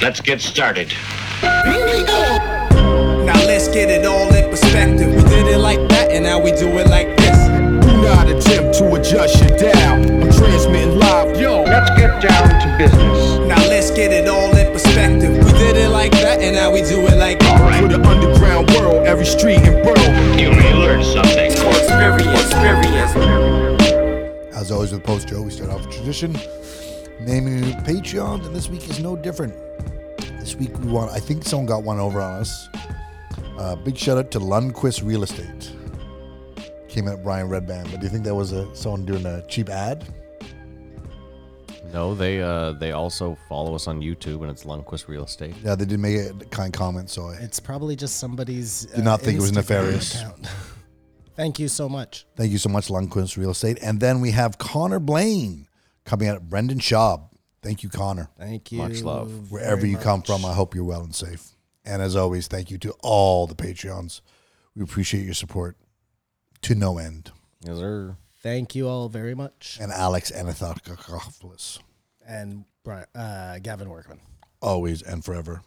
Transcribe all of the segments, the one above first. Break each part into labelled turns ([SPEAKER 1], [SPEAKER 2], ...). [SPEAKER 1] Let's get started.
[SPEAKER 2] Now let's get it all in perspective. We did it like that, and now we do it like this.
[SPEAKER 3] Do not attempt to adjust your dial. I'm transmitting live. Yo,
[SPEAKER 4] Let's get down to business.
[SPEAKER 2] Now let's get it all in perspective. We did it like that, and now we do it like this.
[SPEAKER 3] for the underground world, every street and borough.
[SPEAKER 1] You may learn something.
[SPEAKER 5] As always with Post Joe, we start off with tradition, naming new Patreons, and this week is no different. This week we want, I think someone got one over on us. Uh, big shout out to Lundquist Real Estate. Came out Brian Redband, but do you think that was a, someone doing a cheap ad?
[SPEAKER 6] No, they uh they also follow us on YouTube and it's Lundquist Real Estate.
[SPEAKER 5] Yeah, they did make a kind comment, so I
[SPEAKER 7] It's probably just somebody's. Did
[SPEAKER 5] not think it was nefarious.
[SPEAKER 7] Thank you so much.
[SPEAKER 5] Thank you so much, Lundquist Real Estate. And then we have Connor Blaine coming out at Brendan Schaub. Thank you, Connor.
[SPEAKER 7] Thank you.
[SPEAKER 6] Much love.
[SPEAKER 5] Wherever
[SPEAKER 7] very
[SPEAKER 5] you come
[SPEAKER 7] much.
[SPEAKER 5] from, I hope you're well and safe. And as always, thank you to all the Patreons. We appreciate your support to no end.
[SPEAKER 6] Is there
[SPEAKER 7] Thank you all very much.
[SPEAKER 5] And Alex Anathakakopoulos,
[SPEAKER 7] And Bri- uh, Gavin Workman.
[SPEAKER 5] always and forever.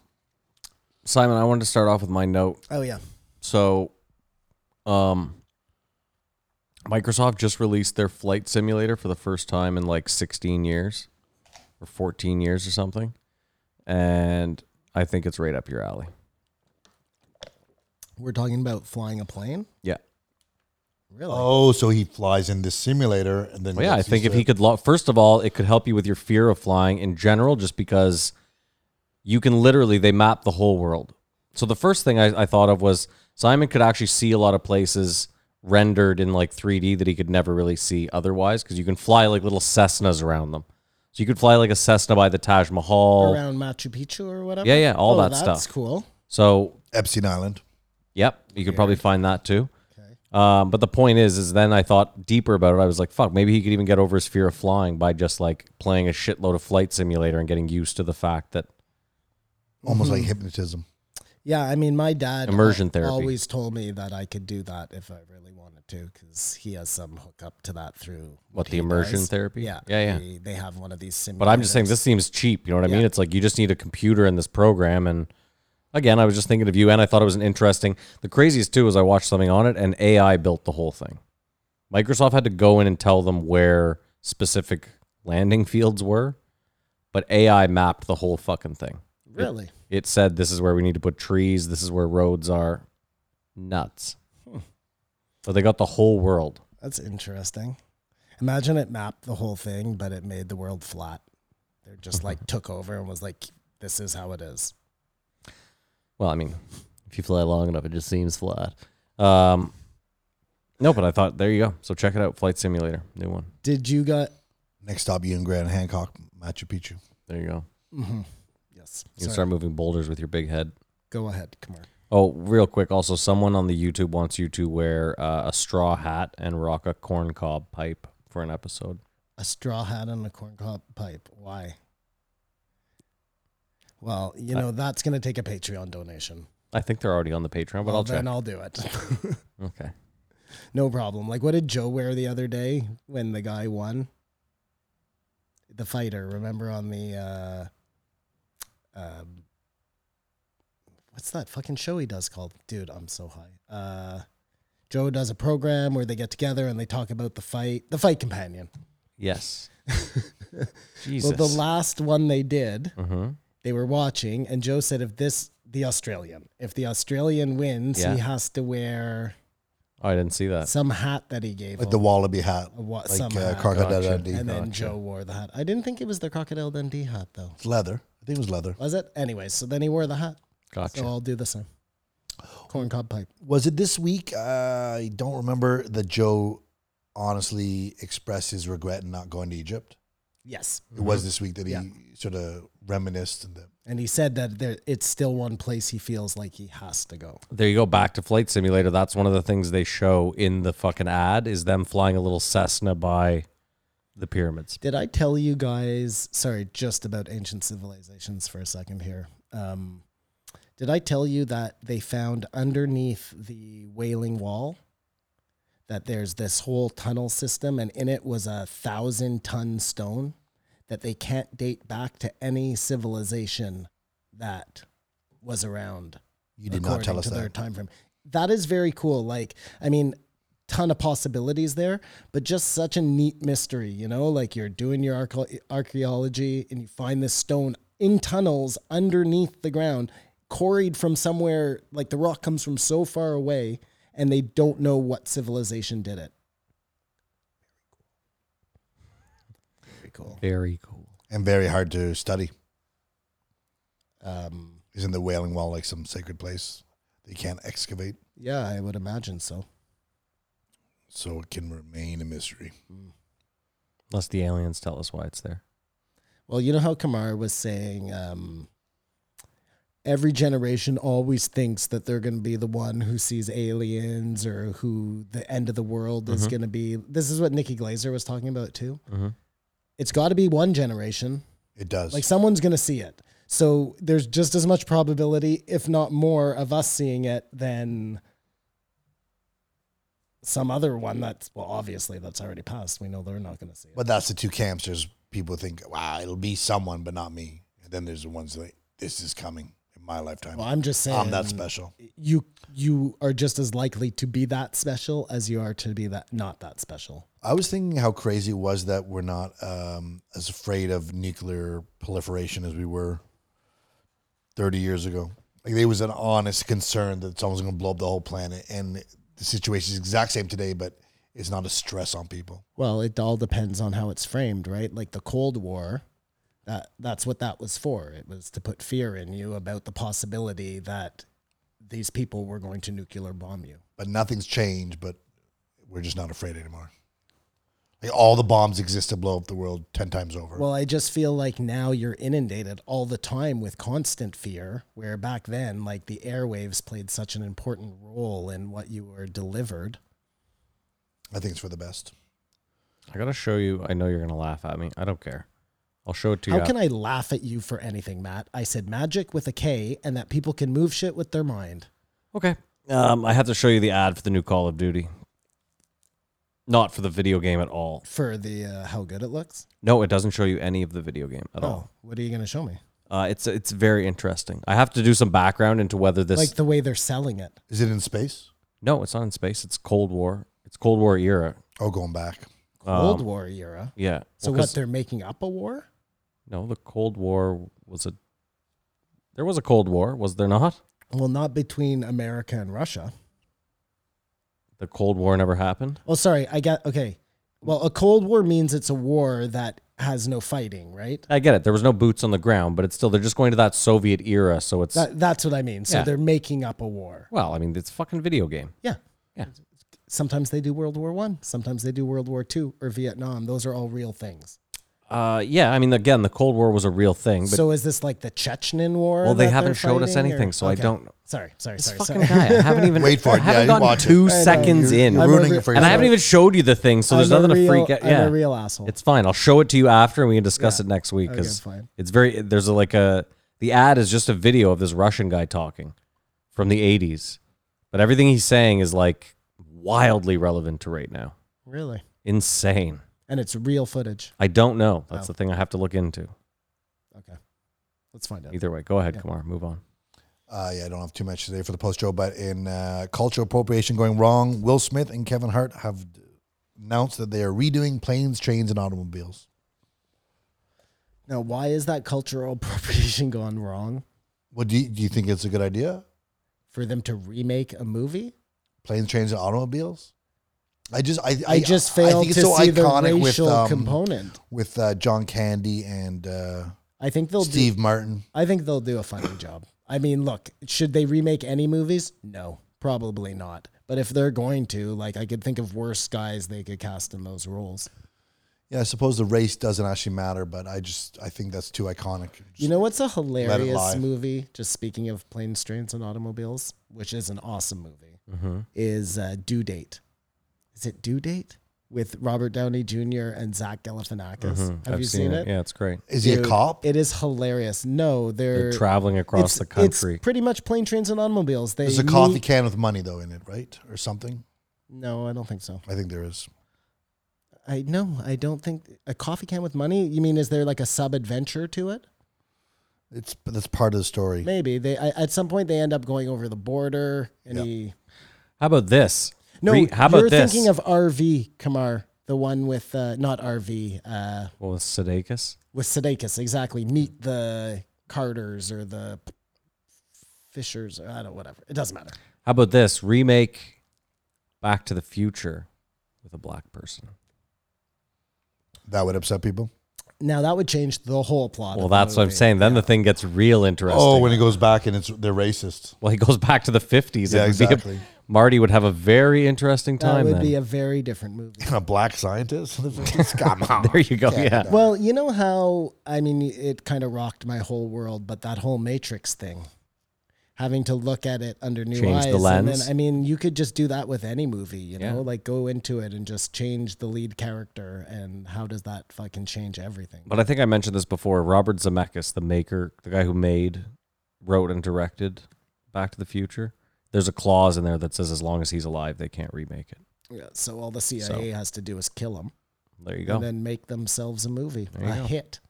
[SPEAKER 6] Simon, I wanted to start off with my note.
[SPEAKER 7] Oh yeah.
[SPEAKER 6] So um Microsoft just released their flight simulator for the first time in like 16 years or 14 years or something. And I think it's right up your alley.
[SPEAKER 7] We're talking about flying a plane.
[SPEAKER 6] Yeah.
[SPEAKER 7] Really?
[SPEAKER 5] Oh, so he flies in this simulator and then.
[SPEAKER 6] Well, yeah, I
[SPEAKER 5] gets
[SPEAKER 6] think
[SPEAKER 5] used
[SPEAKER 6] if
[SPEAKER 5] to
[SPEAKER 6] he
[SPEAKER 5] it.
[SPEAKER 6] could, lo- first of all, it could help you with your fear of flying in general, just because you can literally they map the whole world. So the first thing I, I thought of was Simon could actually see a lot of places rendered in like 3D that he could never really see otherwise, because you can fly like little Cessnas around them. So you could fly like a Cessna by the Taj Mahal.
[SPEAKER 7] Around Machu Picchu or whatever.
[SPEAKER 6] Yeah, yeah, all
[SPEAKER 7] oh,
[SPEAKER 6] that
[SPEAKER 7] that's
[SPEAKER 6] stuff.
[SPEAKER 7] cool.
[SPEAKER 6] So
[SPEAKER 5] Epstein Island.
[SPEAKER 6] Yep, you could probably find that too. Um, but the point is, is then I thought deeper about it. I was like, fuck, maybe he could even get over his fear of flying by just like playing a shitload of flight simulator and getting used to the fact that
[SPEAKER 5] Almost like hypnotism.
[SPEAKER 7] Yeah, I mean, my dad
[SPEAKER 6] Immersion
[SPEAKER 7] al-
[SPEAKER 6] therapy.
[SPEAKER 7] always told me that I could do that if I really wanted to, because he has some hookup to that through
[SPEAKER 6] What, the
[SPEAKER 7] he
[SPEAKER 6] immersion
[SPEAKER 7] does.
[SPEAKER 6] therapy?
[SPEAKER 7] Yeah,
[SPEAKER 6] Yeah, yeah.
[SPEAKER 7] They, they have one of these simulators.
[SPEAKER 6] But I'm just saying this seems cheap. You know what I mean? It's like you just need a computer and this program. And again, I was just thinking of you, and I thought it was an interesting. The craziest too is I watched something on it, and AI built the whole thing. Microsoft had to go in and tell them where specific landing fields were, but AI mapped the whole fucking thing.
[SPEAKER 7] really.
[SPEAKER 6] It said this is where we need to put trees. This is where roads are. Nuts. But they got the whole world.
[SPEAKER 7] That's interesting. Imagine it mapped the whole thing, but it made the world flat. They just like took over and was like, "This is how it is."
[SPEAKER 6] Well, I mean, if you fly long enough, it just seems flat. Um, no, but I thought there you go. So check it out, Flight Simulator, new one.
[SPEAKER 7] Did you got?
[SPEAKER 5] Next stop, you and Grant Hancock, Machu Picchu.
[SPEAKER 6] There you go.
[SPEAKER 7] Yes.
[SPEAKER 6] You can
[SPEAKER 7] Sorry.
[SPEAKER 6] start moving boulders with your big head.
[SPEAKER 7] Go ahead, Kamar.
[SPEAKER 6] Oh, real quick. Also, someone on the YouTube wants you to wear uh, a straw hat and rock a corn cob pipe for an episode.
[SPEAKER 7] A straw hat and a corncob pipe. Why? Well, you know that's gonna take a Patreon donation.
[SPEAKER 6] I think they're already on the Patreon, but
[SPEAKER 7] Well,
[SPEAKER 6] I'll
[SPEAKER 7] then
[SPEAKER 6] check.
[SPEAKER 7] I'll do it.
[SPEAKER 6] okay.
[SPEAKER 7] no problem. Like, what did Joe wear the other day when the guy won? The fighter, remember on the uh, um, what's that fucking show he does called? Dude, I'm so high. Uh, Joe does a program where they get together and they talk about the fight, the fight companion.
[SPEAKER 6] Yes. Jesus.
[SPEAKER 7] Well, the last one they did,
[SPEAKER 6] Mhm.
[SPEAKER 7] they were watching, and Joe said, "If this, the Australian, if the Australian wins,
[SPEAKER 6] Yeah.
[SPEAKER 7] he has to wear
[SPEAKER 6] oh, I didn't see that.
[SPEAKER 7] some hat that he gave."
[SPEAKER 5] Uh, Like the
[SPEAKER 7] him."
[SPEAKER 5] wallaby hat.
[SPEAKER 7] A wa-
[SPEAKER 5] like
[SPEAKER 7] some
[SPEAKER 5] uh,
[SPEAKER 7] hat.
[SPEAKER 5] crocodile
[SPEAKER 6] Gotcha.
[SPEAKER 5] Dundee.
[SPEAKER 7] And then Joe wore the hat. I didn't think it was the Crocodile Dundee hat, though.
[SPEAKER 5] It's leather. I think it was leather.
[SPEAKER 7] Was it? Anyway, so then he wore the hat.
[SPEAKER 6] Gotcha.
[SPEAKER 7] So I'll do the same. Corncob pipe.
[SPEAKER 5] was it this week? Uh, I don't remember that Joe honestly expressed his regret in not going to Egypt.
[SPEAKER 7] Yes.
[SPEAKER 5] It was this week that he
[SPEAKER 7] Mm-hmm. Yeah.
[SPEAKER 5] sort of reminisced and that
[SPEAKER 7] And he said that there, it's still one place he feels like he has to go.
[SPEAKER 6] There you go. Back to Flight Simulator. That's one of the things they show in the fucking ad is them flying a little Cessna by the pyramids.
[SPEAKER 7] Did I tell you guys? Sorry, just about ancient civilizations for a second here. Um, did I tell you that they found underneath the Wailing Wall that there's this whole tunnel system, and in it was a thousand ton stone that they can't date back to any civilization that was around.
[SPEAKER 5] You did not tell
[SPEAKER 7] according
[SPEAKER 5] us
[SPEAKER 7] to their
[SPEAKER 5] that.
[SPEAKER 7] time frame. That is very cool. Like, I mean, ton of possibilities there, but just such a neat mystery. You know, like you're doing your archeo- archaeology and you find this stone in tunnels underneath the ground, quarried from somewhere. Like the rock comes from so far away, and they don't know what civilization did it. Very cool.
[SPEAKER 6] Very cool.
[SPEAKER 5] and very hard to study.
[SPEAKER 7] Um,
[SPEAKER 5] Isn't the Wailing Wall like some sacred place that you can't excavate,
[SPEAKER 7] yeah, I would imagine so.
[SPEAKER 5] so it can remain a mystery?
[SPEAKER 6] Unless the aliens tell us why it's there.
[SPEAKER 7] Well, you know how Kamar was saying um, every generation always thinks that they're going to be the one who sees aliens or who the end of the world is going to be. This is what Nikki Glazer was talking about too. It's got to be one generation.
[SPEAKER 5] It does.
[SPEAKER 7] Like someone's going to see it. So there's just as much probability, if not more, of us seeing it than some other one that's, well, obviously that's already passed. We know they're not going to see it.
[SPEAKER 5] but that's the two camps. There's people think, wow, it'll be someone, but not me. And then there's the ones that this is coming in my lifetime.
[SPEAKER 7] Well, I'm just saying.
[SPEAKER 5] I'm that special.
[SPEAKER 7] you you are just as likely to be that special as you are to be that not that special.
[SPEAKER 5] I was thinking how crazy it was that we're not um, as afraid of nuclear proliferation as we were 30 years ago. Like there was an honest concern that someone's going to blow up the whole planet, and the situation is exact same today, but it's not a stress on people.
[SPEAKER 7] Well, it all depends on how it's framed, right? Like the Cold War, that that's what that was for. It was to put fear in you about the possibility that these people were going to nuclear bomb you.
[SPEAKER 5] But nothing's changed. But we're just not afraid anymore. Like all the bombs exist to blow up the world ten times over.
[SPEAKER 7] Well, I just feel like now you're inundated all the time with constant fear, where back then, like the airwaves played such an important role in what you were delivered.
[SPEAKER 5] I think it's for the best.
[SPEAKER 6] I gotta show you. I know you're gonna laugh at me. I don't care. I'll show it to you.
[SPEAKER 7] How can I laugh at you for anything, Matt? I said magic with a K and that people can move shit with their mind.
[SPEAKER 6] Okay. Um, I have to show you the ad for the new Call of Duty. Not for the video game at all.
[SPEAKER 7] For the uh, how good it looks.
[SPEAKER 6] No, it doesn't show you any of the video game at all.
[SPEAKER 7] Oh, what are you going to show me?
[SPEAKER 6] Uh, it's it's very interesting. I have to do some background into whether this.
[SPEAKER 7] Like the way they're selling it.
[SPEAKER 5] Is it in space?
[SPEAKER 6] no, it's not in space. It's Cold War. It's Cold War era.
[SPEAKER 5] Oh, going back.
[SPEAKER 7] Cold War era.
[SPEAKER 6] Yeah.
[SPEAKER 7] So
[SPEAKER 6] Um, Well,
[SPEAKER 7] what?
[SPEAKER 6] 'cause-
[SPEAKER 7] They're making up a war?
[SPEAKER 6] No, the Cold War was a. There was a Cold War, was there not?
[SPEAKER 7] Well, not between America and Russia.
[SPEAKER 6] The Cold War never happened.
[SPEAKER 7] Oh, sorry. I got okay. Well, a cold war means it's a war that has no fighting, right?
[SPEAKER 6] I get it. There was no boots on the ground, but it's still they're just going to that Soviet era. So it's
[SPEAKER 7] That, that's what I mean. So
[SPEAKER 6] Yeah.
[SPEAKER 7] they're making up a war.
[SPEAKER 6] well, I mean, it's a fucking video game.
[SPEAKER 7] Yeah.
[SPEAKER 6] Yeah.
[SPEAKER 7] Sometimes they do World War One. Sometimes they do World War Two or Vietnam. Those are all real things.
[SPEAKER 6] Uh, yeah, I mean, again, the Cold War was a real thing, but
[SPEAKER 7] so is this like the Chechen war?
[SPEAKER 6] Well, they
[SPEAKER 7] that
[SPEAKER 6] haven't
[SPEAKER 7] they're
[SPEAKER 6] showed us
[SPEAKER 7] fighting,
[SPEAKER 6] anything, so I don't-
[SPEAKER 7] Sorry, sorry,
[SPEAKER 6] this
[SPEAKER 7] sorry,
[SPEAKER 6] fucking
[SPEAKER 7] sorry.
[SPEAKER 6] guy, I haven't even
[SPEAKER 5] Wait for
[SPEAKER 6] I
[SPEAKER 5] it.
[SPEAKER 6] haven't
[SPEAKER 5] Yeah, you
[SPEAKER 6] gotten
[SPEAKER 5] watch it.
[SPEAKER 6] two
[SPEAKER 5] I know.
[SPEAKER 6] seconds
[SPEAKER 5] You're-
[SPEAKER 6] in,
[SPEAKER 5] you're
[SPEAKER 7] I'm
[SPEAKER 5] ruining
[SPEAKER 7] over-
[SPEAKER 5] it for
[SPEAKER 6] and I
[SPEAKER 5] yourself.
[SPEAKER 6] haven't even showed you the thing, so there's
[SPEAKER 7] I'm a
[SPEAKER 6] nothing
[SPEAKER 7] real,
[SPEAKER 6] to freak out.
[SPEAKER 7] I'm
[SPEAKER 6] Yeah,
[SPEAKER 7] a real asshole.
[SPEAKER 6] it's fine. I'll show it to you after, and we can discuss it next week
[SPEAKER 7] Okay,
[SPEAKER 6] because
[SPEAKER 7] fine.
[SPEAKER 6] it's very. There's a, like a the ad is just a video of this Russian guy talking from the '80s, but everything he's saying is like wildly relevant to right now.
[SPEAKER 7] really,
[SPEAKER 6] Insane.
[SPEAKER 7] and it's real footage.
[SPEAKER 6] I don't know. That's
[SPEAKER 7] Oh.
[SPEAKER 6] the thing I have to look into.
[SPEAKER 7] Okay, let's find out.
[SPEAKER 6] Either way, go ahead,
[SPEAKER 7] Yeah.
[SPEAKER 6] Kumar. Move on.
[SPEAKER 5] Uh, yeah, I don't have too much today for the post show, but in uh, cultural appropriation going wrong, Will Smith and Kevin Hart have announced that they are redoing planes, trains, and automobiles.
[SPEAKER 7] Now, why is that cultural appropriation gone wrong
[SPEAKER 5] Well, do you, do you think it's a good idea?
[SPEAKER 7] for them to remake a movie?
[SPEAKER 5] Planes, trains, and automobiles. I just, I,
[SPEAKER 7] I, just failed to see the racial component.
[SPEAKER 5] um, with uh, John Candy and uh,
[SPEAKER 7] I think they'll do
[SPEAKER 5] Steve Martin.
[SPEAKER 7] I think they'll do a funny job. I mean, look, should they remake any movies? No, probably not. But if they're going to, like, I could think of worse guys they could cast in those roles.
[SPEAKER 5] Yeah, I suppose the race doesn't actually matter, but I just, I think that's too iconic.
[SPEAKER 7] You know what's a
[SPEAKER 5] lie.
[SPEAKER 7] hilarious movie? Just speaking of planes, trains, and automobiles, which is an awesome movie,
[SPEAKER 6] Hmm. Mm-hmm.
[SPEAKER 7] is uh, Due Date. Is it Due Date with Robert Downey Jr. and Zach Galifianakis? Have
[SPEAKER 6] Mm-hmm. I've
[SPEAKER 7] you seen, it?
[SPEAKER 6] Yeah, it's great.
[SPEAKER 5] is he a
[SPEAKER 7] Dude,
[SPEAKER 5] cop?
[SPEAKER 7] It is hilarious. No, they're,
[SPEAKER 6] They're traveling across
[SPEAKER 7] it's-
[SPEAKER 6] the country.
[SPEAKER 7] It's pretty much plane, trains, and automobiles. They
[SPEAKER 5] There's a coffee
[SPEAKER 7] meet-
[SPEAKER 5] can with money though in it, right, or something?
[SPEAKER 7] No, I don't think so.
[SPEAKER 5] I think there is.
[SPEAKER 7] I no, I don't think a coffee can with money. You mean is there like a sub adventure to it?
[SPEAKER 5] It's but that's part of the story.
[SPEAKER 7] Maybe they I, at some point they end up going over the border, and
[SPEAKER 5] Yeah.
[SPEAKER 7] he.
[SPEAKER 6] How about this?
[SPEAKER 7] No,
[SPEAKER 6] Re- how about
[SPEAKER 7] you're
[SPEAKER 6] this?
[SPEAKER 7] thinking of RV Kamar, the one with uh, not RV uh,
[SPEAKER 6] well, it's Sudeikis.
[SPEAKER 7] with Sudeikis. Exactly, meet the Carters or the Fishers. Or I don't whatever. It doesn't matter.
[SPEAKER 6] How about this remake, Back to the Future, with a black person?
[SPEAKER 5] That would upset people.
[SPEAKER 7] Now that would change the whole plot.
[SPEAKER 6] Well,
[SPEAKER 7] of the
[SPEAKER 6] that's what I'm
[SPEAKER 7] movie.
[SPEAKER 6] saying. Then the thing gets real interesting.
[SPEAKER 5] Oh, when he goes back and it's they're racist.
[SPEAKER 6] well, he goes back to the 50s.
[SPEAKER 5] Yeah,
[SPEAKER 6] It would be a-
[SPEAKER 5] exactly.
[SPEAKER 6] Marty would have a very interesting
[SPEAKER 7] That
[SPEAKER 6] time
[SPEAKER 7] would
[SPEAKER 6] then.
[SPEAKER 7] be a very different movie.
[SPEAKER 5] A black scientist. Come on.
[SPEAKER 6] there you go. Yeah.
[SPEAKER 7] Well, you know how I mean it kind of rocked my whole world, but that whole Matrix thing, having to look at it under new
[SPEAKER 6] Change
[SPEAKER 7] eyes,
[SPEAKER 6] the
[SPEAKER 7] and
[SPEAKER 6] lens.
[SPEAKER 7] then I mean you could just do that with any movie, you
[SPEAKER 6] Yeah.
[SPEAKER 7] know, like go into it and just change the lead character, and how does that fucking change everything?
[SPEAKER 6] But I think I mentioned this before. Robert Zemeckis, the maker, the guy who made, wrote, and directed Back to the Future. There's a clause in there that says as long as he's alive, they can't remake it.
[SPEAKER 7] Yeah, so all the CIA has to do is kill him
[SPEAKER 6] There you go.
[SPEAKER 7] and then make themselves a movie,
[SPEAKER 6] There you
[SPEAKER 7] a
[SPEAKER 6] go.
[SPEAKER 7] hit.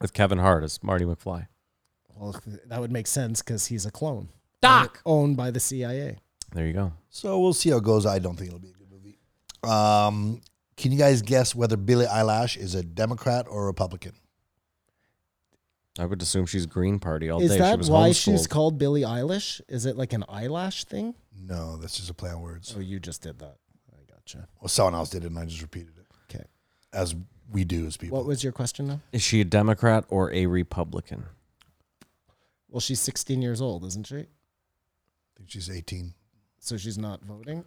[SPEAKER 6] With Kevin Hart as Marty McFly.
[SPEAKER 7] Well, that would make sense because he's a clone,
[SPEAKER 6] Doc.
[SPEAKER 7] owned by the CIA.
[SPEAKER 6] There you go.
[SPEAKER 5] So we'll see how it goes. I don't think it'll be a good movie. Um, can you guys guess whether Billie Eilish is a Democrat or Republican?
[SPEAKER 6] I would assume she's Green Party all
[SPEAKER 7] Is
[SPEAKER 6] day. she
[SPEAKER 7] that
[SPEAKER 6] was
[SPEAKER 7] why
[SPEAKER 6] homeschooled.
[SPEAKER 7] she's called Billie Eilish? Is it like an eyelash thing?
[SPEAKER 5] No, that's just a play on words.
[SPEAKER 7] Oh, you just did that. I gotcha.
[SPEAKER 5] Well, someone else did it, and I just repeated it,
[SPEAKER 7] Okay.
[SPEAKER 5] as we do as people.
[SPEAKER 7] What was your question now?
[SPEAKER 6] Is she a Democrat or a Republican?
[SPEAKER 7] Well, she's 16 years old, isn't she?
[SPEAKER 5] I think she's 18.
[SPEAKER 7] So she's not voting.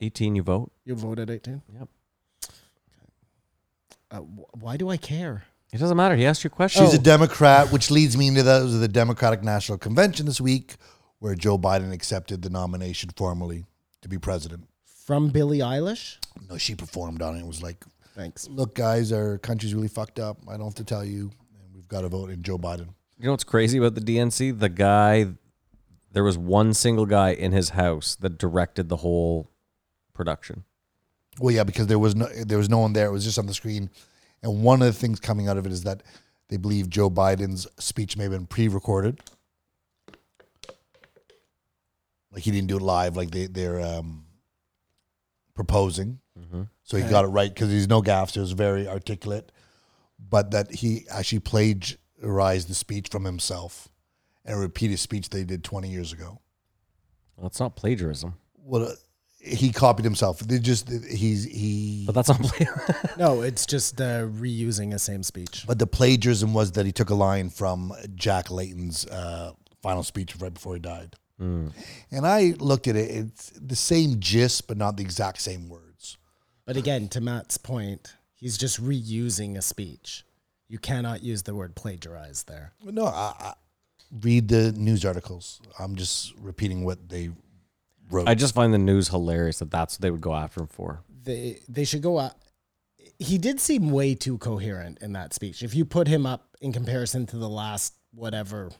[SPEAKER 6] 18, you vote.
[SPEAKER 7] You voted 18.
[SPEAKER 6] Yep.
[SPEAKER 7] Uh, wh- why do I care?
[SPEAKER 6] It doesn't matter. He asked you a
[SPEAKER 7] Oh.
[SPEAKER 6] question.
[SPEAKER 5] She's a Democrat, which leads me into those of the Democratic National Convention this week, where Joe Biden accepted the nomination formally to be president.
[SPEAKER 7] From Billie Eilish?
[SPEAKER 5] No, she performed on it. It was like,
[SPEAKER 7] Thanks.
[SPEAKER 5] look, guys, our country's really fucked up. I don't have to tell you, and we've got to vote in Joe Biden.
[SPEAKER 6] You know what's crazy about the DNC? The guy, there was one single guy in his house that directed the whole production.
[SPEAKER 5] Well, yeah, because there was no there was no one there. It was just on the screen, and one of the things coming out of it is that they believe Joe Biden's speech may have been pre-recorded, like he didn't do it live, like they they're um, proposing.
[SPEAKER 6] Mm-hmm.
[SPEAKER 5] So he got it right because he's no gaffes. It was very articulate, but that he actually plagiarized the speech from himself and repeated speech they did twenty years ago
[SPEAKER 6] Well, it's not plagiarism,
[SPEAKER 5] well, uh, he copied himself. They just he's he.
[SPEAKER 6] but that's not play.
[SPEAKER 7] No, it's just uh, reusing a same speech.
[SPEAKER 5] But the plagiarism was that he took a line from Jack Layton's uh, final speech right before he died.
[SPEAKER 6] Mm.
[SPEAKER 5] And I looked at it; it's the same gist, but not the exact same words.
[SPEAKER 7] But again, to Matt's point, he's just reusing a speech. You cannot use the word plagiarize there.
[SPEAKER 5] But no, I, I read the news articles. I'm just repeating what they wrote.
[SPEAKER 6] I just find the news hilarious that that's what they would go after him for.
[SPEAKER 7] they they should go out. He did seem way too coherent in that speech. If you put him up in comparison to the last whatever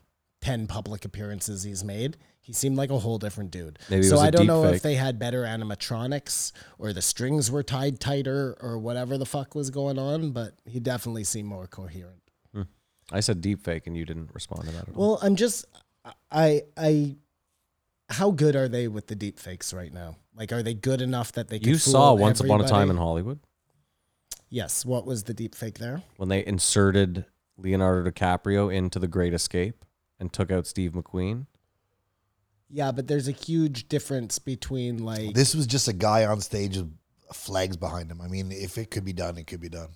[SPEAKER 7] ten public appearances he's made, he seemed like a whole different dude.
[SPEAKER 6] Maybe it
[SPEAKER 7] so
[SPEAKER 6] was a
[SPEAKER 7] I don't
[SPEAKER 6] deep
[SPEAKER 7] know
[SPEAKER 6] fake.
[SPEAKER 7] if they had better animatronics or the strings were tied tighter or whatever the fuck was going on, but he definitely seemed more coherent.
[SPEAKER 6] I said deep fake and you didn't respond to that at all.
[SPEAKER 7] Well, I'm just I I how good are they with the deep fakes right now? Like are they good enough that they can
[SPEAKER 6] you saw
[SPEAKER 7] fool
[SPEAKER 6] Once Upon a Time
[SPEAKER 7] everybody?
[SPEAKER 6] in Hollywood
[SPEAKER 7] Yes, what was the deep fake there?
[SPEAKER 6] when they inserted Leonardo DiCaprio into The Great Escape and took out Steve McQueen.
[SPEAKER 7] Yeah, but there's a huge difference between like
[SPEAKER 5] this was just a guy on stage with flags behind him. I mean, if it could be done, it could be done.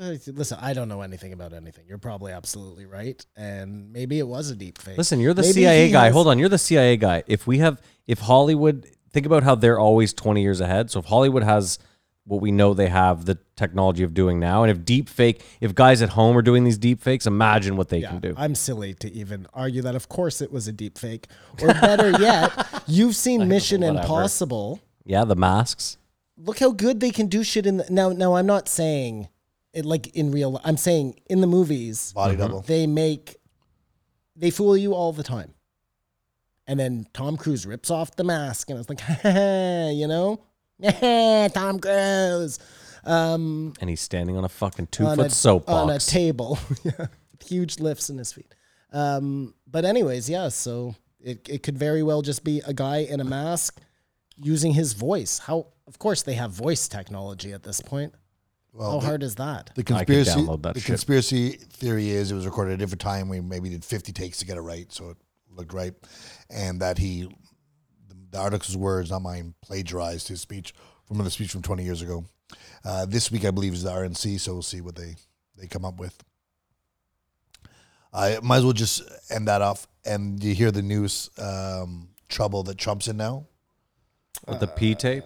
[SPEAKER 7] Uh, listen, I don't know anything about anything. You're probably absolutely right, and maybe it was a deep fake.
[SPEAKER 6] Listen, you're the CIA guy. Hold on, you're the CIA guy. If we have, if Hollywood, think about how they're always 20 years ahead. So if Hollywood has what we know they have the technology of doing now, and if deep fake, if guys at home are doing these deep fakes, imagine what they
[SPEAKER 7] Yeah,
[SPEAKER 6] can do.
[SPEAKER 7] I'm silly to even argue that. Of course, it was a deep fake. Or better yet, you've seen Mission
[SPEAKER 6] whatever.
[SPEAKER 7] Impossible.
[SPEAKER 6] yeah, the masks.
[SPEAKER 7] Look how good they can do shit in the, now. Now, I'm not saying it like in real. I'm saying in the movies,
[SPEAKER 5] Body
[SPEAKER 6] Mm-hmm.
[SPEAKER 5] double.
[SPEAKER 7] they make they fool you all the time and then tom cruise rips off the mask and it's like you know tom cruise um
[SPEAKER 6] And he's standing on a fucking two
[SPEAKER 7] on
[SPEAKER 6] foot
[SPEAKER 7] a, on a
[SPEAKER 6] soapbox.
[SPEAKER 7] table huge lifts in his feet. Um, but anyways, yeah. So it it could very well just be a guy in a mask using his voice. How of course they have voice technology at this point. How hard is that?
[SPEAKER 5] The
[SPEAKER 6] could
[SPEAKER 5] conspiracy,
[SPEAKER 6] download that
[SPEAKER 5] the
[SPEAKER 6] shit.
[SPEAKER 5] conspiracy theory is it was recorded at a different time. We maybe did 50 takes to get it right, so it looked right. And that he, the, the article's words, not mine, plagiarized his speech from another speech from 20 years ago. Uh, this week, I believe, is the RNC, so we'll see what they, they come up with. I might as well just end that off. And you hear the news um, trouble that Trump's in now?
[SPEAKER 6] With the P tape?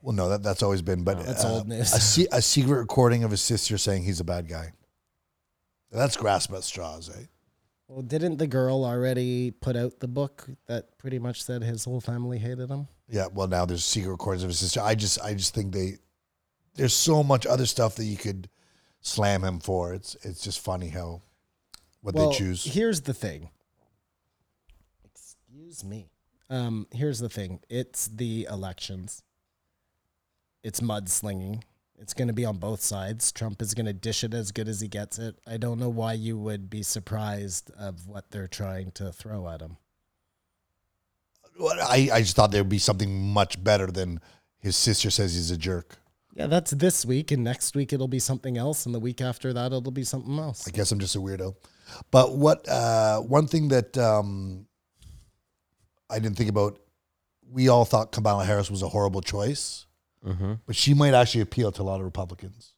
[SPEAKER 5] Well, no, that, that's always been, but uh,
[SPEAKER 7] That's old news.
[SPEAKER 5] A, se- a secret recording of his sister saying he's a bad guy. That's grasp at straws, eh?
[SPEAKER 7] Well, didn't the girl already put out the book that pretty much said his whole family hated him?
[SPEAKER 5] Yeah. Well, now there's secret recordings of his sister. I just, I just think they, there's so much other stuff that you could slam him for. It's, it's just funny how what
[SPEAKER 7] well,
[SPEAKER 5] they choose.
[SPEAKER 7] Here's the thing. Excuse me. Um, here's the thing. It's the elections. It's mudslinging. It's going to be on both sides. Trump is going to dish it as good as he gets it. I don't know why you would be surprised of what they're trying to throw at him.
[SPEAKER 5] Well, I, I just thought there'd be something much better than his sister says he's a jerk.
[SPEAKER 7] Yeah, that's this week, and next week it'll be something else, and the week after that it'll be something else.
[SPEAKER 5] I guess I'm just a weirdo. But what uh, one thing that um, I didn't think about, we all thought Kamala Harris was a horrible choice,
[SPEAKER 6] Mm-hmm.
[SPEAKER 5] but she might actually appeal to a lot of Republicans,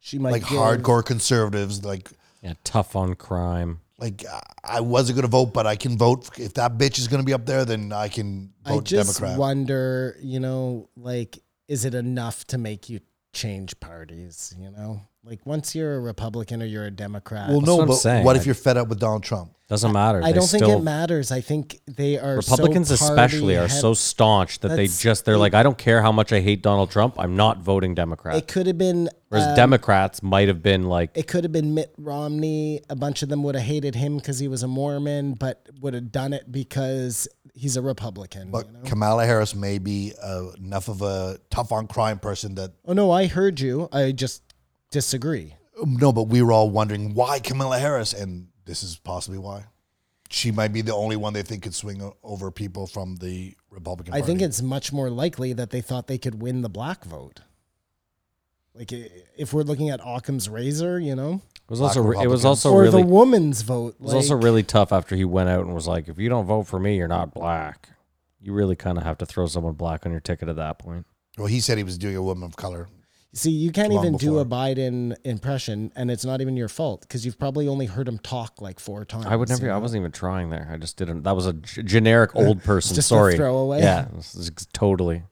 [SPEAKER 7] She might
[SPEAKER 5] like
[SPEAKER 7] give-
[SPEAKER 5] hardcore conservatives. Like,
[SPEAKER 6] Yeah, tough on crime.
[SPEAKER 5] like I- I wasn't going to vote, but I can vote if that bitch is going to be up there, then I can
[SPEAKER 7] I
[SPEAKER 5] vote
[SPEAKER 7] just
[SPEAKER 5] Democrat.
[SPEAKER 7] wonder, you know, like, is it enough to make you change parties? You know, like once you're a Republican or you're a Democrat,
[SPEAKER 5] well, no,
[SPEAKER 6] what I'm
[SPEAKER 5] but
[SPEAKER 6] saying.
[SPEAKER 5] what
[SPEAKER 6] I-
[SPEAKER 5] if you're fed up with Donald Trump?
[SPEAKER 6] Doesn't matter. They
[SPEAKER 7] I don't think
[SPEAKER 6] still-
[SPEAKER 7] it matters. I think they are so
[SPEAKER 6] Republicans especially are
[SPEAKER 7] party-head-
[SPEAKER 6] so staunch that they
[SPEAKER 7] That's-
[SPEAKER 6] just they're like, I don't care how much I hate Donald Trump, I'm not voting Democrat.
[SPEAKER 7] It could have been.
[SPEAKER 6] Whereas
[SPEAKER 7] um,
[SPEAKER 6] Democrats might have been like,
[SPEAKER 7] it could have been Mitt Romney. A bunch of them would have hated him because he was a Mormon, but would have done it because he's a Republican.
[SPEAKER 5] But
[SPEAKER 7] you know?
[SPEAKER 5] Kamala Harris may be uh, enough of a tough on crime person that
[SPEAKER 7] Oh no, I heard you. I just disagree.
[SPEAKER 5] No, but we were all wondering why Camilla Harris, and this is possibly why. She might be the only one they think could swing o- over people from the Republican
[SPEAKER 7] I
[SPEAKER 5] Party.
[SPEAKER 7] think it's much more likely that they thought they could win the black vote. Like i- if we're looking at Occam's razor, you know,
[SPEAKER 6] it was also
[SPEAKER 5] Black
[SPEAKER 6] re- it was
[SPEAKER 5] Republicans.
[SPEAKER 6] also
[SPEAKER 7] or
[SPEAKER 6] really
[SPEAKER 7] the woman's vote.
[SPEAKER 6] it was also
[SPEAKER 7] like-
[SPEAKER 6] really tough after he went out and was like, if you don't vote for me, you're not black. You really kind of have to throw someone black on your ticket at that point.
[SPEAKER 5] Well, he said he was doing a woman of color.
[SPEAKER 7] see, you can't
[SPEAKER 5] long
[SPEAKER 7] even do a
[SPEAKER 5] before.
[SPEAKER 7] Biden impression, and it's not even your fault because you've probably only heard him talk like four times.
[SPEAKER 6] I would never.
[SPEAKER 7] you
[SPEAKER 6] I
[SPEAKER 7] know?
[SPEAKER 6] wasn't even trying there. I just didn't. That was a g- generic old person.
[SPEAKER 7] Just a
[SPEAKER 6] Sorry.
[SPEAKER 7] throwaway.
[SPEAKER 6] Yeah. this is Totally.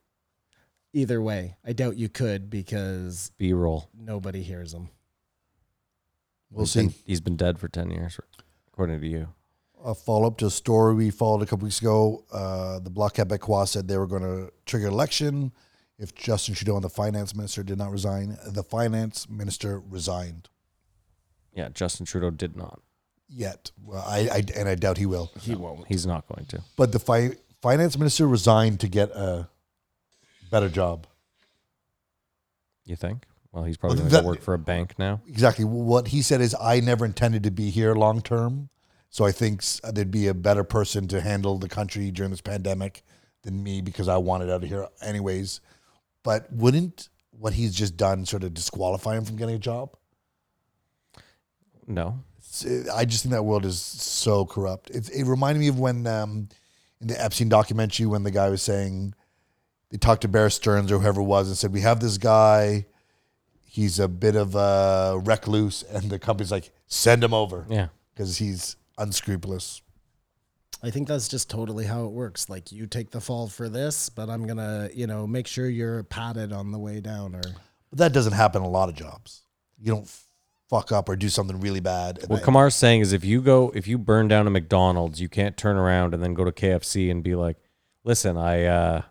[SPEAKER 7] Either way, I doubt you could because
[SPEAKER 6] B roll.
[SPEAKER 7] nobody hears him.
[SPEAKER 5] We'll
[SPEAKER 6] He's been-
[SPEAKER 5] see.
[SPEAKER 6] he's been dead for ten years, according to you.
[SPEAKER 5] A follow up to a story we followed a couple weeks ago. Uh, the Bloc Québécois said they were going to trigger election if Justin Trudeau and the finance minister did not resign. The finance minister resigned
[SPEAKER 6] Yeah, Justin Trudeau did not.
[SPEAKER 5] yet. Well, I, I and I doubt he will.
[SPEAKER 7] He won't.
[SPEAKER 6] He's not going to.
[SPEAKER 5] But the fi- finance minister resigned to get a better job.
[SPEAKER 6] You think? Well, he's probably
[SPEAKER 5] Well,
[SPEAKER 6] going to
[SPEAKER 5] that-
[SPEAKER 6] work for a bank now.
[SPEAKER 5] exactly what he said is I never intended to be here long term. So I think s- there'd be a better person to handle the country during this pandemic than me because I wanted out of here anyways. But wouldn't what he's just done sort of disqualify him from getting a job?
[SPEAKER 6] No,
[SPEAKER 5] It's- I just think that world is so corrupt. It, it reminded me of when um, in the Epstein documentary when the guy was saying they talked to Bear Stearns or whoever it was and said we have this guy, he's a bit of a recluse, and the company's like send him over
[SPEAKER 6] yeah,
[SPEAKER 5] because he's unscrupulous.
[SPEAKER 7] I think that's just totally how it works. Like you take the fall for this, but I'm gonna, you know, make sure you're patted on the way down or
[SPEAKER 5] But that doesn't happen in a lot of jobs. You don't fuck up or do something really bad. and
[SPEAKER 6] What
[SPEAKER 5] then-
[SPEAKER 6] Kamar's saying is if you go, if you burn down a McDonald's, you can't turn around and then go to KFC and be like, listen, I, uh,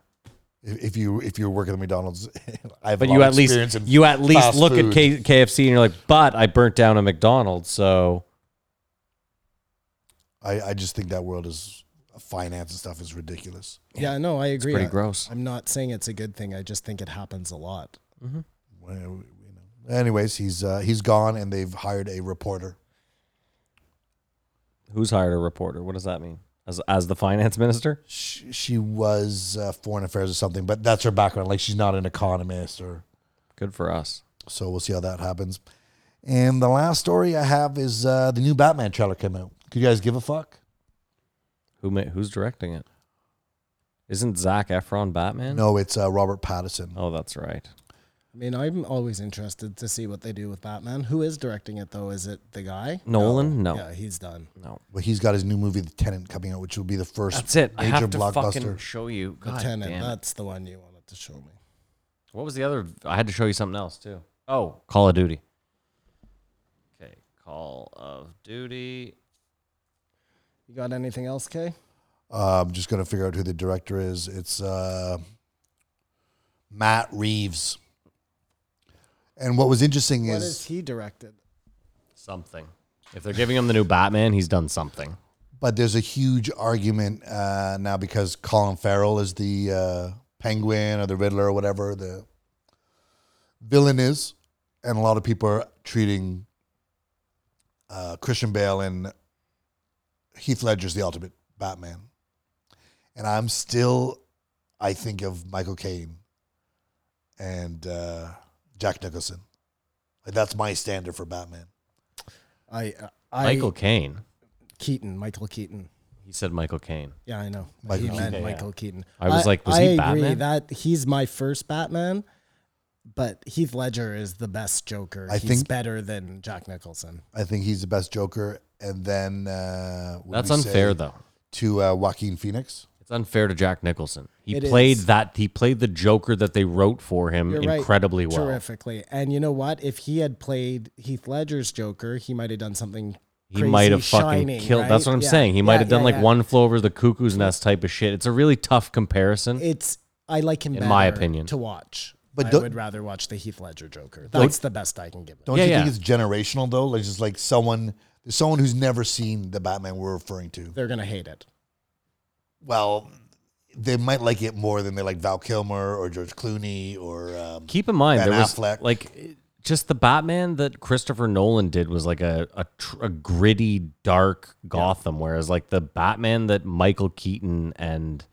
[SPEAKER 5] if if you if you're working at McDonald's, I have.
[SPEAKER 6] but
[SPEAKER 5] a lot
[SPEAKER 6] you
[SPEAKER 5] of
[SPEAKER 6] at least,
[SPEAKER 5] experience in
[SPEAKER 6] you at least
[SPEAKER 5] fast
[SPEAKER 6] look
[SPEAKER 5] food.
[SPEAKER 6] at K- KFC and you're like, but I burnt down a McDonald's. So
[SPEAKER 5] I, I just think that world is uh, finance and stuff is ridiculous.
[SPEAKER 7] Yeah, no, I agree.
[SPEAKER 6] pretty
[SPEAKER 7] I-
[SPEAKER 6] gross.
[SPEAKER 7] I'm not saying it's a good thing. I just think it happens a lot.
[SPEAKER 5] Well, you know, Anyways, he's uh, he's gone, and they've hired a reporter.
[SPEAKER 6] Who's hired a reporter? What does that mean? As as the finance minister?
[SPEAKER 5] She, she was uh, foreign affairs or something, but that's her background. Like she's not an economist or
[SPEAKER 6] Good for us.
[SPEAKER 5] So we'll see how that happens. And the last story I have is uh, the new Batman trailer came out. Could you guys give a fuck?
[SPEAKER 6] Who ma- who's directing it? Isn't Zach Efron Batman?
[SPEAKER 5] No, it's uh, Robert Pattinson.
[SPEAKER 6] Oh, that's right.
[SPEAKER 7] I mean, I'm always interested to see what they do with Batman. Who is directing it though? Is it the guy?
[SPEAKER 6] Nolan? No.
[SPEAKER 7] Yeah, he's done.
[SPEAKER 6] No.
[SPEAKER 5] But he's got his new movie, The Tenant, coming out, which will be the first
[SPEAKER 6] That's it. I
[SPEAKER 5] major
[SPEAKER 6] have to fucking
[SPEAKER 5] blockbuster.
[SPEAKER 6] show you.
[SPEAKER 7] The
[SPEAKER 6] God
[SPEAKER 7] Tenant.
[SPEAKER 6] damn it.
[SPEAKER 7] That's the one you wanted to show me.
[SPEAKER 6] What was the other? I had to show you something else too. Oh, Call of Duty. Okay, Call of Duty.
[SPEAKER 7] You got anything else, Kay?
[SPEAKER 5] Uh, I'm just going to figure out who the director is. It's uh, Matt Reeves. And what was interesting
[SPEAKER 7] What
[SPEAKER 5] is,
[SPEAKER 7] is he directed?
[SPEAKER 6] Something. If they're giving him the new Batman, he's done something.
[SPEAKER 5] but there's a huge argument uh, now because Colin Farrell is the uh, Penguin or the Riddler or whatever the villain is, and a lot of people are treating uh, Christian Bale and Heath Ledger's the ultimate Batman, and I'm still, I think of Michael Caine and uh, Jack Nicholson, like that's my standard for Batman.
[SPEAKER 7] I uh, I
[SPEAKER 6] Michael Caine.
[SPEAKER 7] Keaton. Michael Keaton.
[SPEAKER 6] He said Michael Caine.
[SPEAKER 7] Yeah, I know.
[SPEAKER 5] Michael
[SPEAKER 7] he meant
[SPEAKER 5] Keaton.
[SPEAKER 7] Michael Keaton.
[SPEAKER 6] I was like, was
[SPEAKER 7] I
[SPEAKER 6] he
[SPEAKER 7] agree
[SPEAKER 6] Batman?
[SPEAKER 7] That he's my first Batman, but Heath Ledger is the best Joker.
[SPEAKER 5] I
[SPEAKER 7] he's
[SPEAKER 5] think-
[SPEAKER 7] better than Jack Nicholson.
[SPEAKER 5] I think he's the best Joker. And then uh, would
[SPEAKER 6] That's
[SPEAKER 5] we
[SPEAKER 6] unfair,
[SPEAKER 5] say
[SPEAKER 6] though.
[SPEAKER 5] To uh, Joaquin Phoenix,
[SPEAKER 6] It's unfair to Jack Nicholson. He
[SPEAKER 7] It
[SPEAKER 6] played
[SPEAKER 7] is.
[SPEAKER 6] that. He played the Joker that they wrote for him
[SPEAKER 7] You're right.
[SPEAKER 6] incredibly well.
[SPEAKER 7] terrifically. And you know what? If he had played Heath Ledger's Joker, he might have done something.
[SPEAKER 6] He might
[SPEAKER 7] crazy,
[SPEAKER 6] have fucking
[SPEAKER 7] Shining,
[SPEAKER 6] killed. That's
[SPEAKER 7] right?
[SPEAKER 6] what I'm
[SPEAKER 7] Yeah,
[SPEAKER 6] saying. He
[SPEAKER 7] yeah,
[SPEAKER 6] might have done
[SPEAKER 7] yeah,
[SPEAKER 6] like
[SPEAKER 7] yeah.
[SPEAKER 6] one flow over the cuckoo's nest type of shit. It's a really tough comparison.
[SPEAKER 7] It's I like him
[SPEAKER 6] In my
[SPEAKER 7] better
[SPEAKER 6] opinion.
[SPEAKER 7] to watch.
[SPEAKER 5] But
[SPEAKER 7] But I
[SPEAKER 5] don't-
[SPEAKER 7] would rather watch the Heath Ledger Joker. That's the best I can give it.
[SPEAKER 5] don't
[SPEAKER 6] Yeah,
[SPEAKER 5] you
[SPEAKER 6] yeah.
[SPEAKER 5] think it's generational though? Like just like someone, there's someone who's never seen the Batman we're referring to.
[SPEAKER 7] They're gonna hate it.
[SPEAKER 5] Well, they might like it more than they like Val Kilmer or George Clooney or um,
[SPEAKER 6] Keep in mind,
[SPEAKER 5] Ben
[SPEAKER 6] there was
[SPEAKER 5] Affleck.
[SPEAKER 6] like it- just the Batman that Christopher Nolan did was like a a, tr- a gritty, dark Gotham, whereas like the Batman that Michael Keaton and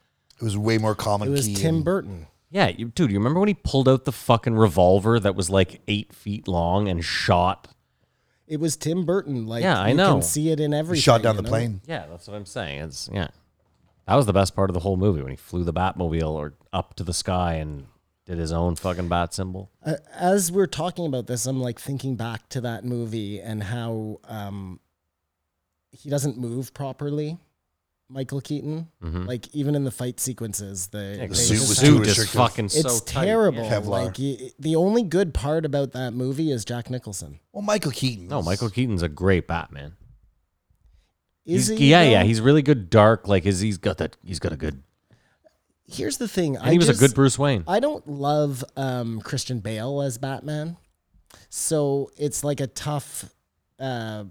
[SPEAKER 5] it was way more comic.
[SPEAKER 7] It was
[SPEAKER 5] key
[SPEAKER 7] Tim
[SPEAKER 5] and-
[SPEAKER 7] Burton.
[SPEAKER 6] yeah, you, dude, you remember when he pulled out the fucking revolver that was like eight feet long and shot?
[SPEAKER 7] It was Tim Burton. Like
[SPEAKER 6] Yeah, I
[SPEAKER 7] you
[SPEAKER 6] know.
[SPEAKER 7] can see it in
[SPEAKER 5] He
[SPEAKER 7] everything.
[SPEAKER 5] shot down
[SPEAKER 7] you
[SPEAKER 5] the
[SPEAKER 7] know?
[SPEAKER 5] plane.
[SPEAKER 6] Yeah, that's what I'm saying. It's yeah, that was the best part of the whole movie when he flew the Batmobile or up to the sky and did his own fucking bat symbol.
[SPEAKER 7] Uh, as we're talking about this, I'm like thinking back to that movie and how um, he doesn't move properly. Michael Keaton, like even in the fight sequences, the,
[SPEAKER 6] Mm-hmm. The
[SPEAKER 7] they
[SPEAKER 5] suit
[SPEAKER 7] just
[SPEAKER 5] was
[SPEAKER 7] have-
[SPEAKER 5] too
[SPEAKER 6] is
[SPEAKER 5] restrictive.
[SPEAKER 6] fucking so
[SPEAKER 7] It's
[SPEAKER 6] tight.
[SPEAKER 7] terrible.
[SPEAKER 6] Yeah.
[SPEAKER 5] Kevlar.
[SPEAKER 7] Like y- the only good part about that movie is Jack Nicholson.
[SPEAKER 5] Well, Michael Keaton.
[SPEAKER 6] No,
[SPEAKER 5] is-
[SPEAKER 6] Michael Keaton's a great Batman.
[SPEAKER 7] Is
[SPEAKER 6] he's,
[SPEAKER 7] he?
[SPEAKER 6] yeah,
[SPEAKER 7] though?
[SPEAKER 6] yeah. He's really good dark. Like his, he's got that. He's got a good.
[SPEAKER 7] Here's the thing.
[SPEAKER 6] And he was a
[SPEAKER 7] just-
[SPEAKER 6] good Bruce Wayne.
[SPEAKER 7] I don't love um, Christian Bale as Batman, so it's like a tough. Uh,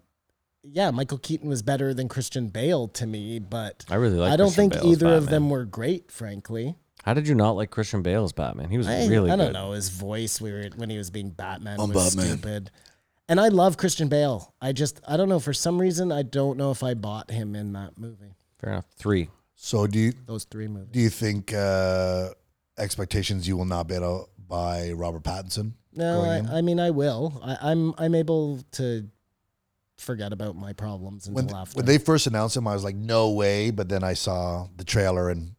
[SPEAKER 7] yeah, Michael Keaton was better than Christian Bale to me, but
[SPEAKER 6] I really like
[SPEAKER 7] I don't
[SPEAKER 6] Christian
[SPEAKER 7] think
[SPEAKER 6] Bale as
[SPEAKER 7] either of
[SPEAKER 6] Batman.
[SPEAKER 7] them were great, frankly.
[SPEAKER 6] How did you not like Christian Bale as Batman? He was
[SPEAKER 7] I,
[SPEAKER 6] really.
[SPEAKER 7] I
[SPEAKER 6] good.
[SPEAKER 7] don't know his voice we were, when he was being Batman
[SPEAKER 5] I'm
[SPEAKER 7] was
[SPEAKER 5] Batman.
[SPEAKER 7] stupid, and I love Christian Bale. I just I don't know for some reason I don't know if I bought him in that movie.
[SPEAKER 6] Fair enough. Three.
[SPEAKER 5] So do you
[SPEAKER 7] Those three movies.
[SPEAKER 5] do you think uh, expectations you will not be able to by Robert Pattinson?
[SPEAKER 7] No,
[SPEAKER 5] going
[SPEAKER 7] I,
[SPEAKER 5] in?
[SPEAKER 7] I mean I will. I, I'm I'm able to forget about my problems until
[SPEAKER 5] when,
[SPEAKER 7] after.
[SPEAKER 5] when they first announced him, I was like, no way. But then I saw the trailer and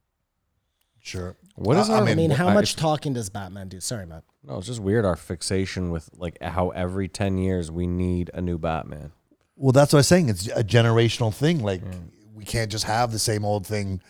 [SPEAKER 5] sure.
[SPEAKER 6] What is
[SPEAKER 5] I- I
[SPEAKER 6] our?
[SPEAKER 7] I
[SPEAKER 5] mean,
[SPEAKER 7] mean, how
[SPEAKER 6] I-
[SPEAKER 7] much talking does Batman do? Sorry, Matt.
[SPEAKER 6] No, it's just weird. Our fixation with like how every ten years we need a new Batman.
[SPEAKER 5] Well, that's what I was saying. It's a generational thing. Like, we can't just have the same old thing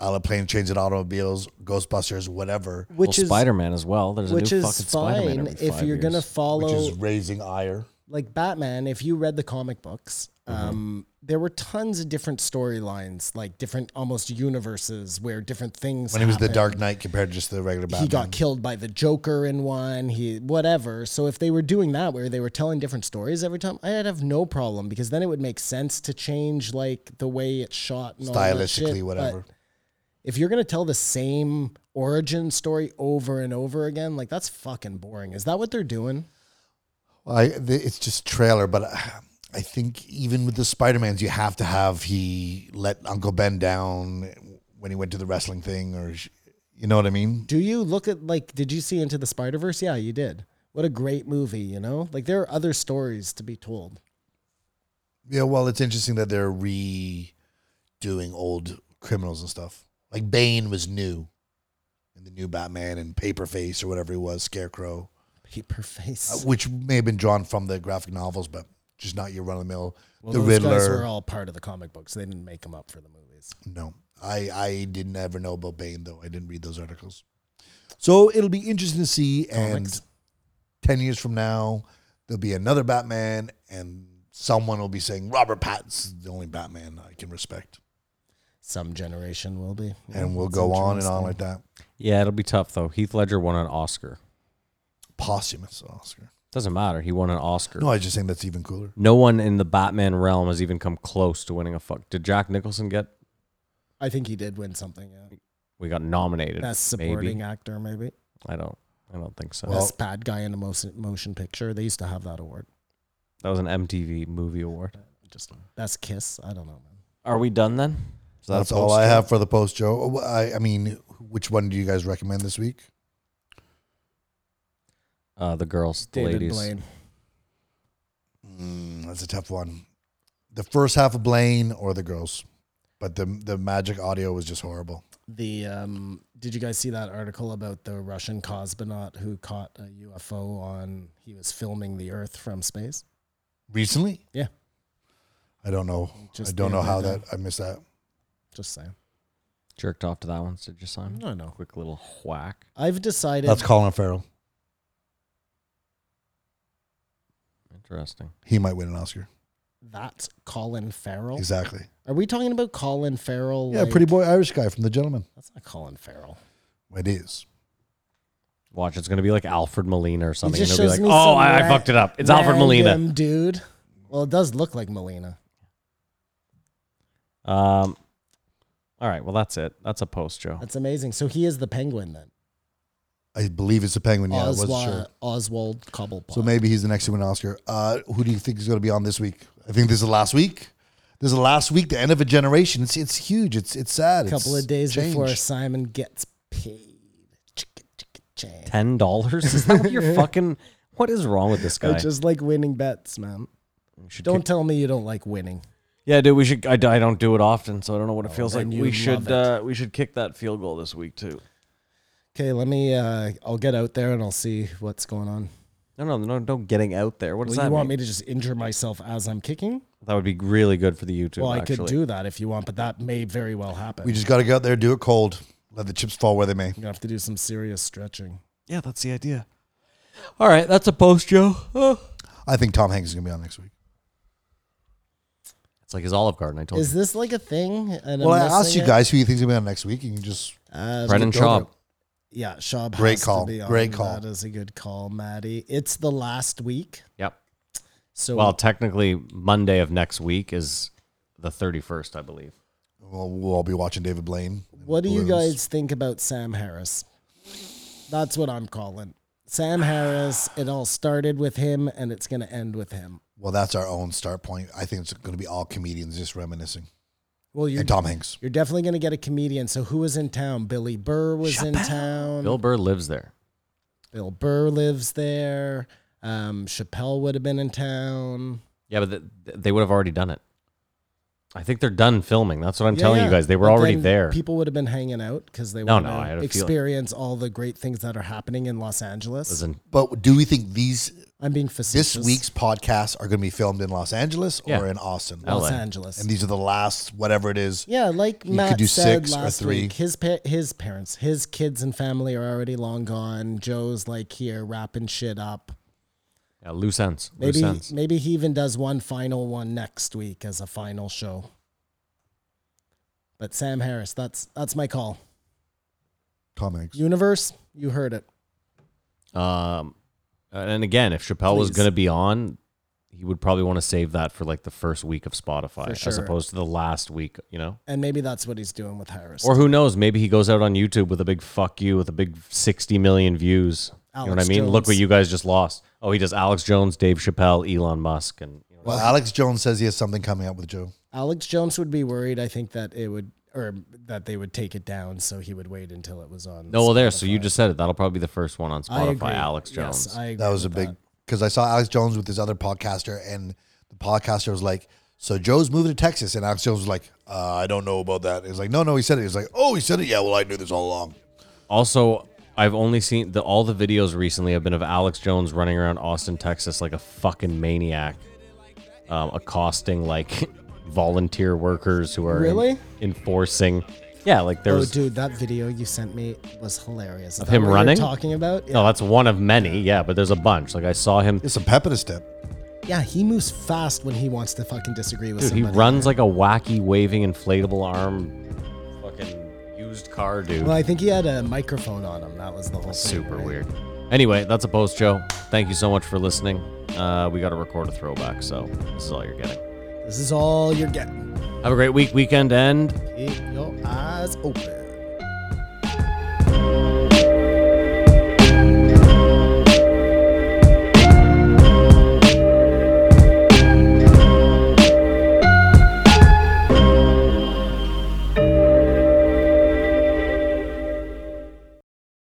[SPEAKER 5] a la plane, chains, and automobiles, Ghostbusters, whatever,
[SPEAKER 7] Which
[SPEAKER 6] well,
[SPEAKER 7] is
[SPEAKER 6] Spider Man as well. There's
[SPEAKER 7] which
[SPEAKER 6] a new
[SPEAKER 7] is
[SPEAKER 6] fucking Spider
[SPEAKER 7] fine
[SPEAKER 6] Man.
[SPEAKER 7] if you're gonna follow
[SPEAKER 5] which is raising ire.
[SPEAKER 7] like Batman, if you read the comic books, um, there were tons of different storylines, like different almost universes where different things.
[SPEAKER 5] When it was the
[SPEAKER 7] happened.
[SPEAKER 5] Dark Knight compared to just the regular Batman.
[SPEAKER 7] He got killed by the Joker in one. He whatever. So if they were doing that, where they were telling different stories every time, I'd have no problem because then it would make sense to change like the way it's shot and all that shit.
[SPEAKER 5] stylistically,
[SPEAKER 7] But
[SPEAKER 5] whatever.
[SPEAKER 7] if you're gonna tell the same origin story over and over again, like that's fucking boring. Is that what they're doing?
[SPEAKER 5] I the, it's just trailer, but I, I think even with the Spider Mans, you have to have he let Uncle Ben down when he went to the wrestling thing, or sh- you know what I mean?
[SPEAKER 7] Do you look at like did you see Into the Spider Verse? Yeah, you did. What a great movie, you know? Like there are other stories to be told.
[SPEAKER 5] Yeah. Well, it's interesting that they're redoing old criminals and stuff. Like Bane was new in the new Batman and Paperface or whatever he was, Scarecrow,
[SPEAKER 7] Paper face.
[SPEAKER 5] uh, which may have been drawn from the graphic novels, but just not your run of the mill.
[SPEAKER 7] well,
[SPEAKER 5] the
[SPEAKER 7] those guys
[SPEAKER 5] Riddler.
[SPEAKER 7] were all part of the comic books. They didn't make them up for the movies.
[SPEAKER 5] No, I I didn't ever know about Bane though. I didn't read those articles. So it'll be interesting to see.
[SPEAKER 7] Comics.
[SPEAKER 5] And ten years from now, there'll be another Batman, and someone will be saying Robert Pattinson's the only Batman I can respect,
[SPEAKER 7] Some generation will be.
[SPEAKER 5] and
[SPEAKER 7] Yeah,
[SPEAKER 5] we'll
[SPEAKER 7] it's
[SPEAKER 5] go on and on
[SPEAKER 7] interesting.
[SPEAKER 5] like that.
[SPEAKER 6] Yeah, it'll be tough though. Heath Ledger won an Oscar.
[SPEAKER 5] Posthumous Oscar.
[SPEAKER 6] Doesn't matter. He won an Oscar.
[SPEAKER 5] No, I was just saying that's even cooler.
[SPEAKER 6] No one in the Batman realm has even come close to winning a fuck. Did Jack Nicholson get?
[SPEAKER 7] I think he did win something, yeah.
[SPEAKER 6] We got nominated.
[SPEAKER 7] Best supporting
[SPEAKER 6] Maybe.
[SPEAKER 7] actor, maybe.
[SPEAKER 6] I don't. I don't think so.
[SPEAKER 5] Well-
[SPEAKER 7] Best bad guy in a motion, motion picture. They used to have that award.
[SPEAKER 6] that was an MTV Movie Award.
[SPEAKER 7] Just best kiss. I don't know, man.
[SPEAKER 6] Are we done then? Is that a
[SPEAKER 5] That's all
[SPEAKER 6] post?
[SPEAKER 5] I have for the post, Joe. Oh, I, I mean, which one do you guys recommend this week?
[SPEAKER 6] Uh, the girls, the
[SPEAKER 7] David
[SPEAKER 6] ladies.
[SPEAKER 7] Blaine.
[SPEAKER 5] Mm, that's a tough one. The first half of Blaine or the girls, but the the magic audio was just horrible.
[SPEAKER 7] The um, did you guys see that article about the Russian cosmonaut who caught a UFO on? He was filming the Earth from space.
[SPEAKER 5] Recently?
[SPEAKER 7] Yeah.
[SPEAKER 5] I don't know. I
[SPEAKER 7] Just
[SPEAKER 5] don't
[SPEAKER 7] the
[SPEAKER 5] know how
[SPEAKER 7] other
[SPEAKER 5] that I missed that.
[SPEAKER 7] Just saying.
[SPEAKER 6] Jerked off to that one. Did you, Simon?
[SPEAKER 7] No, no.
[SPEAKER 6] Quick little whack.
[SPEAKER 7] I've decided.
[SPEAKER 5] That's Colin Farrell.
[SPEAKER 6] Interesting.
[SPEAKER 5] He might win an Oscar.
[SPEAKER 7] that's Colin Farrell.
[SPEAKER 5] Exactly.
[SPEAKER 7] Are we talking about Colin Farrell?
[SPEAKER 5] Yeah,
[SPEAKER 7] like-
[SPEAKER 5] pretty boy Irish guy from The Gentleman.
[SPEAKER 7] That's not Colin Farrell.
[SPEAKER 5] It is.
[SPEAKER 6] Watch, it's gonna be like Alfred Molina or something.
[SPEAKER 7] just
[SPEAKER 6] and it'll be
[SPEAKER 7] shows
[SPEAKER 6] like,
[SPEAKER 7] me
[SPEAKER 6] oh,
[SPEAKER 7] some
[SPEAKER 6] I, I
[SPEAKER 7] ra-
[SPEAKER 6] fucked it up. It's Alfred Molina.
[SPEAKER 7] Random dude. Well, it does look like Molina.
[SPEAKER 6] Um. All right. Well, that's it. That's a post, Joe.
[SPEAKER 7] That's amazing. So he is the Penguin then.
[SPEAKER 5] I believe it's a penguin. Yeah, I wasn't
[SPEAKER 7] Oswald,
[SPEAKER 5] sure.
[SPEAKER 7] Oswald Cobblepot.
[SPEAKER 5] So maybe he's the next to win an Oscar. Uh, who do you think is going to be on this week? I think this is the last week. This is the last week, the end of a generation. It's it's huge. It's it's sad.
[SPEAKER 7] a couple
[SPEAKER 5] It's
[SPEAKER 7] of days
[SPEAKER 5] change.
[SPEAKER 7] before Simon gets paid. Chicka, chicka, chang.
[SPEAKER 6] Ten dollars? Is that what you're fucking? What is wrong with this guy?
[SPEAKER 7] I just like winning bets, man.
[SPEAKER 6] We should
[SPEAKER 7] Don't
[SPEAKER 6] kick-
[SPEAKER 7] tell me you don't like winning.
[SPEAKER 6] yeah, dude. We should. I, I don't do it often, so I don't know what it feels like.
[SPEAKER 7] Oh, then
[SPEAKER 6] We
[SPEAKER 7] you'd
[SPEAKER 6] should. Uh,
[SPEAKER 7] love
[SPEAKER 6] we should kick that field goal this week too.
[SPEAKER 7] Okay, let me. Uh, I'll get out there and I'll see what's going on.
[SPEAKER 6] No, no, no, no. Getting out there. What does
[SPEAKER 7] Well, you
[SPEAKER 6] that
[SPEAKER 7] want
[SPEAKER 6] mean?
[SPEAKER 7] me to just injure myself as I'm kicking?
[SPEAKER 6] that would be really good for the YouTube.
[SPEAKER 7] well, I
[SPEAKER 6] actually.
[SPEAKER 7] could do that if you want, but that may very well happen.
[SPEAKER 5] We just got to go out there, do it cold, let the chips fall where they may.
[SPEAKER 7] You're gonna have to do some serious stretching.
[SPEAKER 6] Yeah, that's the idea. All right, that's a post, Joe. Oh.
[SPEAKER 5] I think Tom Hanks is going to be on next week.
[SPEAKER 6] It's like his Olive Garden. I told
[SPEAKER 7] Is this like a thing? And I'm
[SPEAKER 5] well, I asked
[SPEAKER 7] missing
[SPEAKER 5] you
[SPEAKER 7] it?
[SPEAKER 5] guys who you think is going to be on next week, and you just
[SPEAKER 7] Uh,
[SPEAKER 6] you. Brendan
[SPEAKER 5] Let's go over
[SPEAKER 6] Schaub.
[SPEAKER 5] it.
[SPEAKER 7] yeah, Shab.
[SPEAKER 5] Great
[SPEAKER 7] has to
[SPEAKER 5] call.
[SPEAKER 7] be on.
[SPEAKER 5] Great call.
[SPEAKER 7] That is a good call, Maddie. It's the last week,
[SPEAKER 6] Yep.
[SPEAKER 7] so
[SPEAKER 6] Well, technically, Monday of next week is the 31st, I believe.
[SPEAKER 5] we'll, we'll all be watching David Blaine.
[SPEAKER 7] What do you
[SPEAKER 5] Balloons.
[SPEAKER 7] guys think about Sam Harris? That's what I'm calling. Sam Harris, it all started with him and it's going to end with him.
[SPEAKER 5] Well, that's our own start point. I think it's going to be all comedians just reminiscing.
[SPEAKER 7] Well, you're,
[SPEAKER 5] And Tom Hanks.
[SPEAKER 7] you're definitely going to get a comedian. So, who was in town? Billy Burr was in town.
[SPEAKER 6] Bill Burr lives there.
[SPEAKER 7] Bill Burr lives there. Um, Chappelle would have been in town.
[SPEAKER 6] Yeah, but th- th- they would have already done it. I think they're done filming. That's what I'm
[SPEAKER 7] Yeah,
[SPEAKER 6] telling
[SPEAKER 7] yeah.
[SPEAKER 6] you guys. They were
[SPEAKER 7] But
[SPEAKER 6] already
[SPEAKER 7] then
[SPEAKER 6] there.
[SPEAKER 7] People would have been hanging out because they
[SPEAKER 6] No,
[SPEAKER 7] want
[SPEAKER 6] no, I had a
[SPEAKER 7] to
[SPEAKER 6] feeling.
[SPEAKER 7] experience all the great things that are happening in Los Angeles.
[SPEAKER 6] Listen,
[SPEAKER 5] But do we think these
[SPEAKER 7] I'm being
[SPEAKER 5] this
[SPEAKER 7] facetious.
[SPEAKER 5] week's podcasts are going to be filmed in Los Angeles
[SPEAKER 6] Yeah.
[SPEAKER 5] or in Austin?
[SPEAKER 6] L-
[SPEAKER 7] Los
[SPEAKER 6] LA.
[SPEAKER 7] Angeles.
[SPEAKER 5] And these are the last whatever it is.
[SPEAKER 7] Yeah, like
[SPEAKER 5] You could
[SPEAKER 7] Matt
[SPEAKER 5] do
[SPEAKER 7] said
[SPEAKER 5] six or
[SPEAKER 7] last
[SPEAKER 5] three.
[SPEAKER 7] week, his pa- his parents, his kids and family are already long gone. Joe's like here wrapping shit up.
[SPEAKER 6] yeah, loose ends.
[SPEAKER 7] Maybe
[SPEAKER 6] loose ends.
[SPEAKER 7] maybe he even does one final one next week as a final show. But Sam Harris, that's that's my call.
[SPEAKER 5] Tom Hanks.
[SPEAKER 7] Universe, you heard it.
[SPEAKER 6] Um, and again, if Chappelle was
[SPEAKER 7] Please.
[SPEAKER 6] going to be on, he would probably want to save that for like the first week of Spotify
[SPEAKER 7] For
[SPEAKER 6] as
[SPEAKER 7] sure.
[SPEAKER 6] opposed to the last week, you know?
[SPEAKER 7] And maybe that's what he's doing with Harris.
[SPEAKER 6] Or who knows? Maybe he goes out on YouTube with a big fuck you with a big 60 million views. You know what I mean? Look what you guys just lost. Oh, he does Alex Jones, Dave Chappelle, Elon Musk, and you know,
[SPEAKER 5] Well, Alex Jones says he has something coming up with Joe.
[SPEAKER 7] Alex Jones would be worried. I think that it would, or that they would take it down, so he would wait until it was on.
[SPEAKER 6] no, well, there. So
[SPEAKER 7] Spotify.
[SPEAKER 6] you just said it. That'll probably be the first one on
[SPEAKER 7] I agree.
[SPEAKER 6] Spotify. Alex Jones.
[SPEAKER 7] Yes, I agree
[SPEAKER 5] That was a
[SPEAKER 7] with
[SPEAKER 5] big because I saw Alex Jones with this other podcaster, and the podcaster was like, "So Joe's moving to Texas," and Alex Jones was like, uh, "I don't know about that." He's like, "No, no, he said it." He's like, "Oh, he said it. Yeah, well, I knew this all along."
[SPEAKER 6] also, I've only seen the, all the videos recently have been of Alex Jones running around Austin, Texas, like a fucking maniac, um, accosting like volunteer workers who are
[SPEAKER 7] Really?
[SPEAKER 6] en- enforcing. Yeah, like there
[SPEAKER 7] Oh,
[SPEAKER 6] was.
[SPEAKER 7] dude, that video you sent me was hilarious. Is
[SPEAKER 6] Of
[SPEAKER 7] that
[SPEAKER 6] him
[SPEAKER 7] what you're
[SPEAKER 6] running?
[SPEAKER 7] talking about? Yeah.
[SPEAKER 6] No, that's one of many. Yeah, but there's a bunch. Like I saw him.
[SPEAKER 5] It's a pep in his step.
[SPEAKER 7] yeah, he moves fast when he wants to fucking disagree with
[SPEAKER 6] Dude, he
[SPEAKER 7] somebody.
[SPEAKER 6] runs like a wacky, waving, inflatable arm, fucking used car dude.
[SPEAKER 7] Well, I think he had a microphone on him. That was the whole thing,
[SPEAKER 6] Super
[SPEAKER 7] right?
[SPEAKER 6] weird. Anyway, that's a post show. Thank you so much for listening. Uh, we got to record a throwback, so this is all you're getting.
[SPEAKER 7] This is all you're getting.
[SPEAKER 6] Have a great week, weekend, and.
[SPEAKER 7] Keep your eyes open.